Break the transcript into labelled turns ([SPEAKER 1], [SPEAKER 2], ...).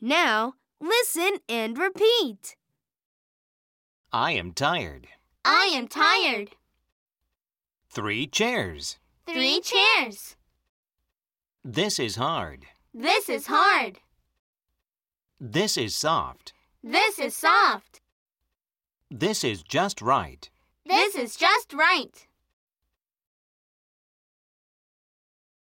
[SPEAKER 1] Now, listen and repeat.
[SPEAKER 2] I am tired.
[SPEAKER 3] I am tired.
[SPEAKER 2] Three chairs.
[SPEAKER 3] Three chairs.
[SPEAKER 2] This is hard.
[SPEAKER 3] This is hard.
[SPEAKER 2] This is soft.
[SPEAKER 3] This is soft.
[SPEAKER 2] This is just right.
[SPEAKER 3] This is just right.